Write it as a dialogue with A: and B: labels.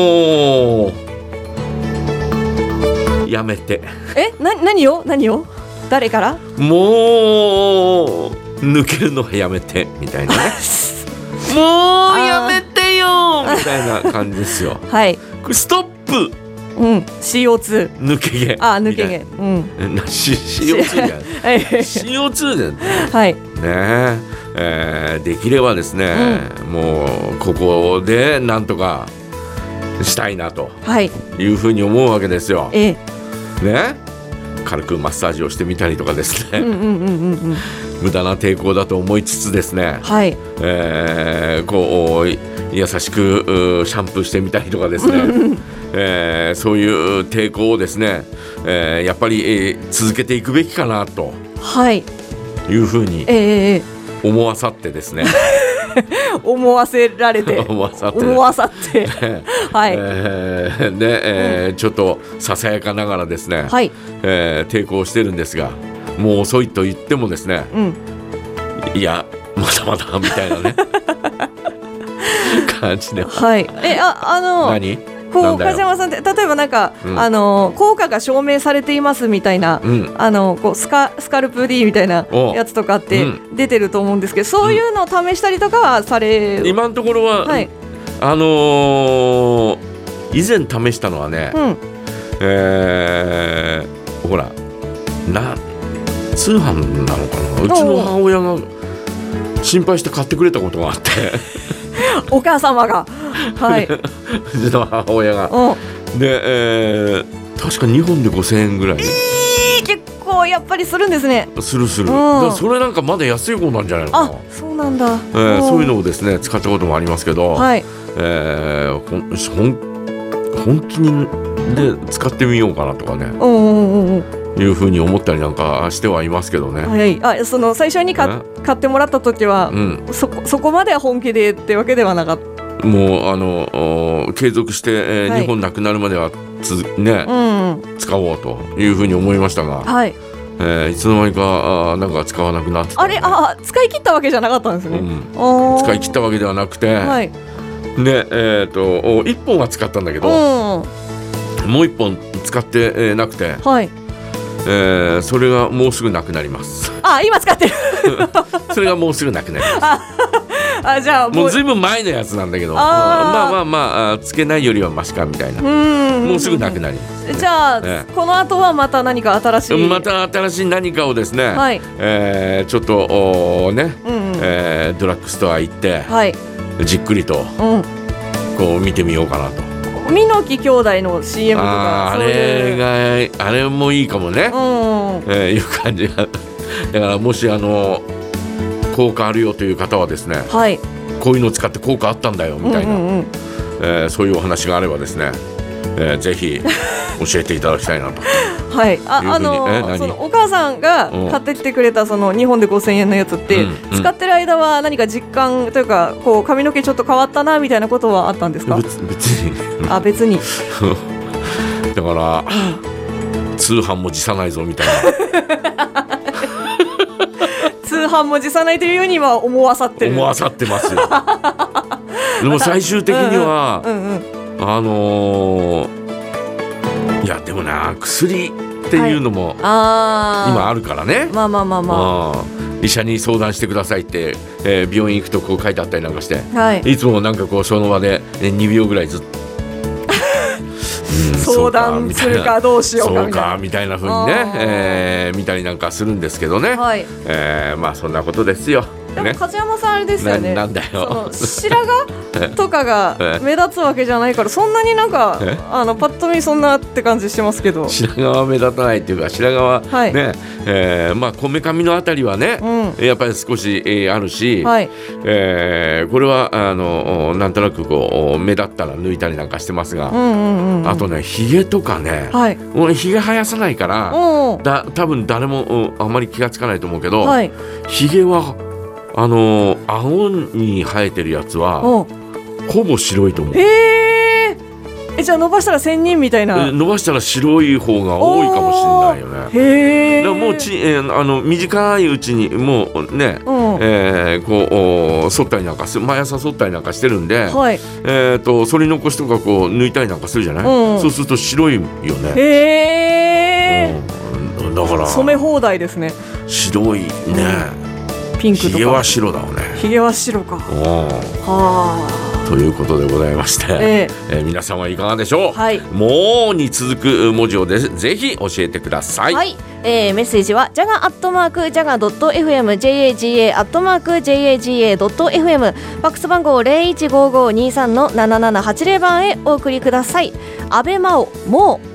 A: もうやめて
B: えな何を何を誰から
A: もう抜けるのはやめてみたいなね もうやめてよみたいな感じですよ
B: はい
A: ストップ
B: うん CO2
A: 抜け毛
B: あ抜け毛
A: み
B: うん
A: たいな C- CO2 じゃない
B: はい
A: CO2 じゃない
B: はい
A: ねえーできればですね、もうここでなんとかしたいなと
B: はい
A: いうふうに思うわけですよ。
B: ええ
A: ね軽くマッサージをしてみたりとかです
B: う
A: ね、
B: んうんうんうんうん
A: 無駄な抵抗だと思いつつですね、
B: はい
A: えーこう優しくうーシャンプーしてみたりとかですね、えーそういう抵抗をですね、えーやっぱり、えー続けていくべきかなと
B: はい
A: いうふうに
B: ええええ
A: 思わさってですね
B: 思わせられて
A: 思わさって
B: 思わさ ってはい、
A: えーで、えーちょっとささやかながらですね、
B: はい
A: えー抵抗してるんですがもう遅いと言ってもですね
B: うん
A: いやまだまだみ たいな ね感じで
B: はいえああの
A: 何な
B: こ
A: ん
B: う
A: だよ
B: 梶山さんって例えばなんか、
A: うん
B: あの効果が証明されていますみたいな、
A: うん
B: あのこうスカスカルプ D みたいな
A: お
B: やつとかって
A: う
B: 出てると思うんですけど、そういうのを試したりとかはされ、
A: 今のところは、
B: はい、
A: あのー以前試したのはね、
B: うん、
A: えーほらな通販なのかなうちの母親が心配して買ってくれたことがあって
B: お母様が はい、うん、
A: うちの母親がで、えー確か2本で5000円ぐらい
B: いい結構やっぱりするんですね
A: するする、
B: うん
A: だからそれなんかまだ安い方なんじゃないのか
B: あ
A: な
B: そうなんだ、
A: えー
B: お
A: そういうのをですね使ったこともありますけど、
B: はい
A: えーほんほん本気にで使ってみようかなとかね
B: うんうんうんうん
A: いうふうに思ったりなんかしてはいますけどね、
B: はいあその最初に買買ってもらった時は、
A: うん、
B: そこそこまでは本気でってわけではなかった
A: もうあのお継続して、え
B: はい
A: 日本なくなるまではつ、ね
B: うんうん
A: 使おうというふうに思いましたが、
B: はい
A: えーいつの間にかあーなんか使わなくなってた
B: あれあ使い切ったわけじゃなかったんです
A: う
B: ね、
A: ん、
B: おー
A: 使い切ったわけではなくて、
B: はい、うん、
A: でえー、とお1本は使ったんだけど、もう1本使って、えーなくて、
B: はい
A: えーそれがもうすぐなくなり ます。
B: あ今使ってる
A: それがもうすぐなくなります。
B: あじゃあもう
A: もうずいぶん前のやつなんだけど、
B: あー
A: まあまあまああーつけないよりはマシかみたいな。
B: うん
A: もうすぐなくなります。
B: じゃあ、
A: え
B: この後はまた何か新しい
A: また新しい何かをですね、
B: はい
A: えーちょっとおーね、
B: うんうん
A: えードラッグストア行って
B: はい、
A: じっくりと
B: う
A: こう見てみようかなと。
B: ん、ミノキ兄弟の CM と
A: あ
B: か
A: ーあ
B: そういう
A: れがあれもいいかもね、
B: うん
A: えーいう感じが。だからもしあの効果あるよという方はですね、
B: はい
A: こういうの使って効果あったんだよみたいな。
B: うんうんうん、
A: えーそういうお話があればですね、えーぜひ教えていただきたいなと。
B: は
A: い
B: い
A: うふうに
B: ああ
A: え何
B: のそのお母さんが
A: うん
B: 買ってきてくれたその2本で5000円のやつって、
A: うんうん
B: 使ってる間は何か実感というかこう髪の毛ちょっと変わったなみたいなことは あったんですか
A: 別別に
B: あ別に
A: だから通販も辞さないぞみたい
B: 通販も辞さないというようには思わさって
A: な
B: る
A: 思わさってます よ。でも最終的には、
B: うんうんうん
A: あのーいやでもな薬っていうのも
B: あー
A: 今あるからね。
B: まあまあまあま
A: うん医者に相談してくださいって、えー病院行くとこう書いてあったりなんかして。
B: あはい
A: いつもなんかこうその場で、ね、2秒ぐらいずっとうん
B: 相談するかどうしようか
A: そう
B: みた
A: か
B: い
A: みたいな風にね
B: あー、
A: えー見たりなんかするんですけどね、
B: なはい
A: えーまあそんなことですよ。
B: でも
A: ね、
B: 梶山さんあれですよ
A: な
B: ね
A: なんだ
B: その
A: よ。
B: 白 髪とかが目立つわけじゃないからそんなになんか
A: え
B: あのパッと見そんなって感じしますけど
A: 白髪は目立たないっていうか白髪は
B: はい
A: ね、えーまあこめかみのあたりはね、
B: う
A: やっぱり少し、えーあるし、
B: はい
A: えーこれはあのなんとなくこう目立ったら抜いたりなんかしてます
B: う
A: が、
B: んうんうん
A: あとねひげとかね、
B: はい
A: 俺ひげ生やさないから、
B: うん
A: だ多分誰もうんあまり気がつかないと思うけど、
B: はい
A: ひげはあのー顎に生えてるやつは
B: うん
A: ほぼ白いと思う
B: えーええじゃあ伸ばしたら千人みたいな
A: え伸ばしたら白い方が多いかもしれないよね。
B: へえ
A: だからもうち、えーあの短いうちにもうね、
B: うん
A: えーこうお剃ったりなんかす毎朝剃ったりなんかしてるんで、
B: はい
A: えー、と剃り残しとかこう抜いたりなんかするじゃない、
B: うん
A: そうすると白いよね、
B: へえ
A: うん、だから
B: 染め放題ですね
A: 白いね
B: ピンク
A: ひ
B: と
A: げ
B: か
A: は白だよね。
B: ひげは白かは
A: う
B: あ
A: んということでございまして、
B: え
A: えー皆さんはいかがでしょう、
B: はい
A: もうに続く文字をでぜひ教えてください。
C: はい、えー、メッセージはジャガアットマークジャガドット FM JAGA アットマーク JAGA ドット FM ファックス番号零一五五二三の七七八零番へお送りください。安倍真央もう